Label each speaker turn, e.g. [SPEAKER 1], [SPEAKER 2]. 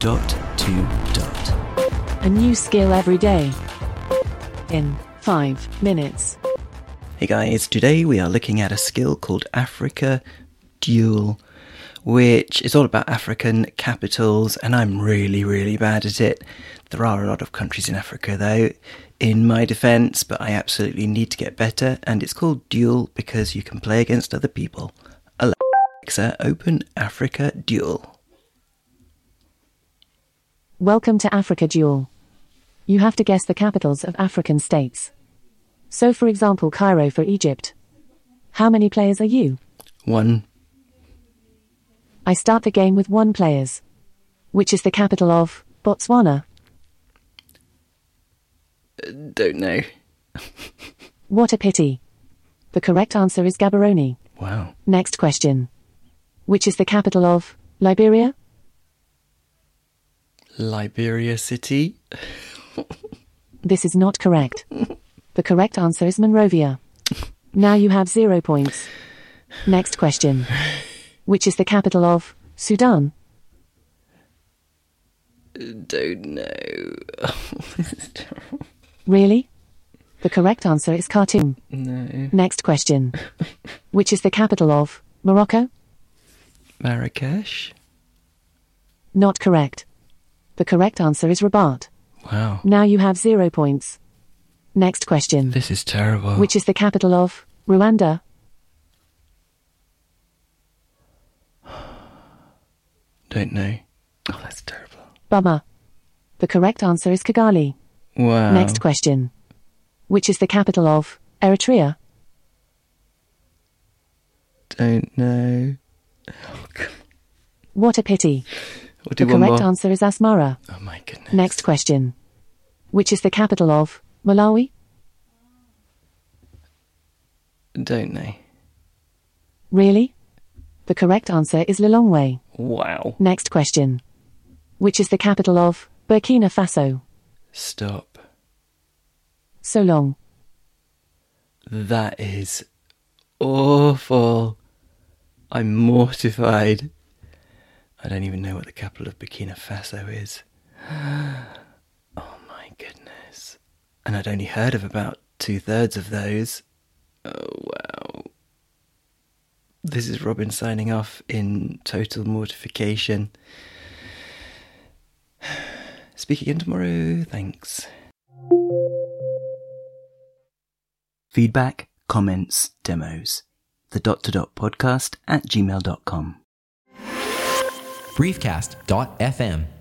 [SPEAKER 1] Dot to dot.
[SPEAKER 2] A new skill every day. In 5 minutes.
[SPEAKER 1] Hey guys, today we are looking at a skill called Africa Dual, which is all about African capitals, and I'm really, really bad at it. There are a lot of countries in Africa though, in my defense, but I absolutely need to get better, and it's called Dual because you can play against other people. Alexa, open Africa Dual.
[SPEAKER 2] Welcome to Africa Duel. You have to guess the capitals of African states. So, for example, Cairo for Egypt. How many players are you?
[SPEAKER 1] One,
[SPEAKER 2] I start the game with one players. Which is the capital of Botswana?
[SPEAKER 1] don't know.
[SPEAKER 2] What a pity. The correct answer is Gaborone.
[SPEAKER 1] Wow.
[SPEAKER 2] Next question. Which is the capital of Liberia?
[SPEAKER 1] Liberia City.
[SPEAKER 2] This is not correct. The correct answer is Monrovia. Now you have zero points. Next question. Which is the capital of Sudan?
[SPEAKER 1] Don't know. this is terrible.
[SPEAKER 2] Really? The correct answer is Khartoum.
[SPEAKER 1] No.
[SPEAKER 2] Next question. Which is the capital of Morocco?
[SPEAKER 1] Marrakesh?
[SPEAKER 2] Not correct. The correct answer is Rabat.
[SPEAKER 1] Wow.
[SPEAKER 2] Now you have zero points. Next question.
[SPEAKER 1] This is terrible.
[SPEAKER 2] Which is the capital of Rwanda?
[SPEAKER 1] Don't know. Oh, that's terrible.
[SPEAKER 2] Bummer. The correct answer is Kigali.
[SPEAKER 1] Wow.
[SPEAKER 2] Next question. Which is the capital of Eritrea?
[SPEAKER 1] Don't know. Oh, God.
[SPEAKER 2] What a pity.
[SPEAKER 1] We'll do
[SPEAKER 2] The
[SPEAKER 1] one
[SPEAKER 2] correct
[SPEAKER 1] more.
[SPEAKER 2] answer is Asmara.
[SPEAKER 1] Oh, my goodness.
[SPEAKER 2] Next question. Which is the capital of Malawi?
[SPEAKER 1] Don't know.
[SPEAKER 2] Really? The correct answer is Lilongwe.
[SPEAKER 1] Wow.
[SPEAKER 2] Next question. Which is the capital of Burkina Faso?
[SPEAKER 1] Stop.
[SPEAKER 2] So long.
[SPEAKER 1] That is awful. I'm mortified. I don't even know what the capital of Burkina Faso is. Oh my goodness. And I'd only heard of about two thirds of those. Oh wow. This is Robin signing off in total mortification. Speak again tomorrow. Thanks. Feedback, comments, demos. The dot to dot podcast at gmail.com.
[SPEAKER 3] briefcast.fm.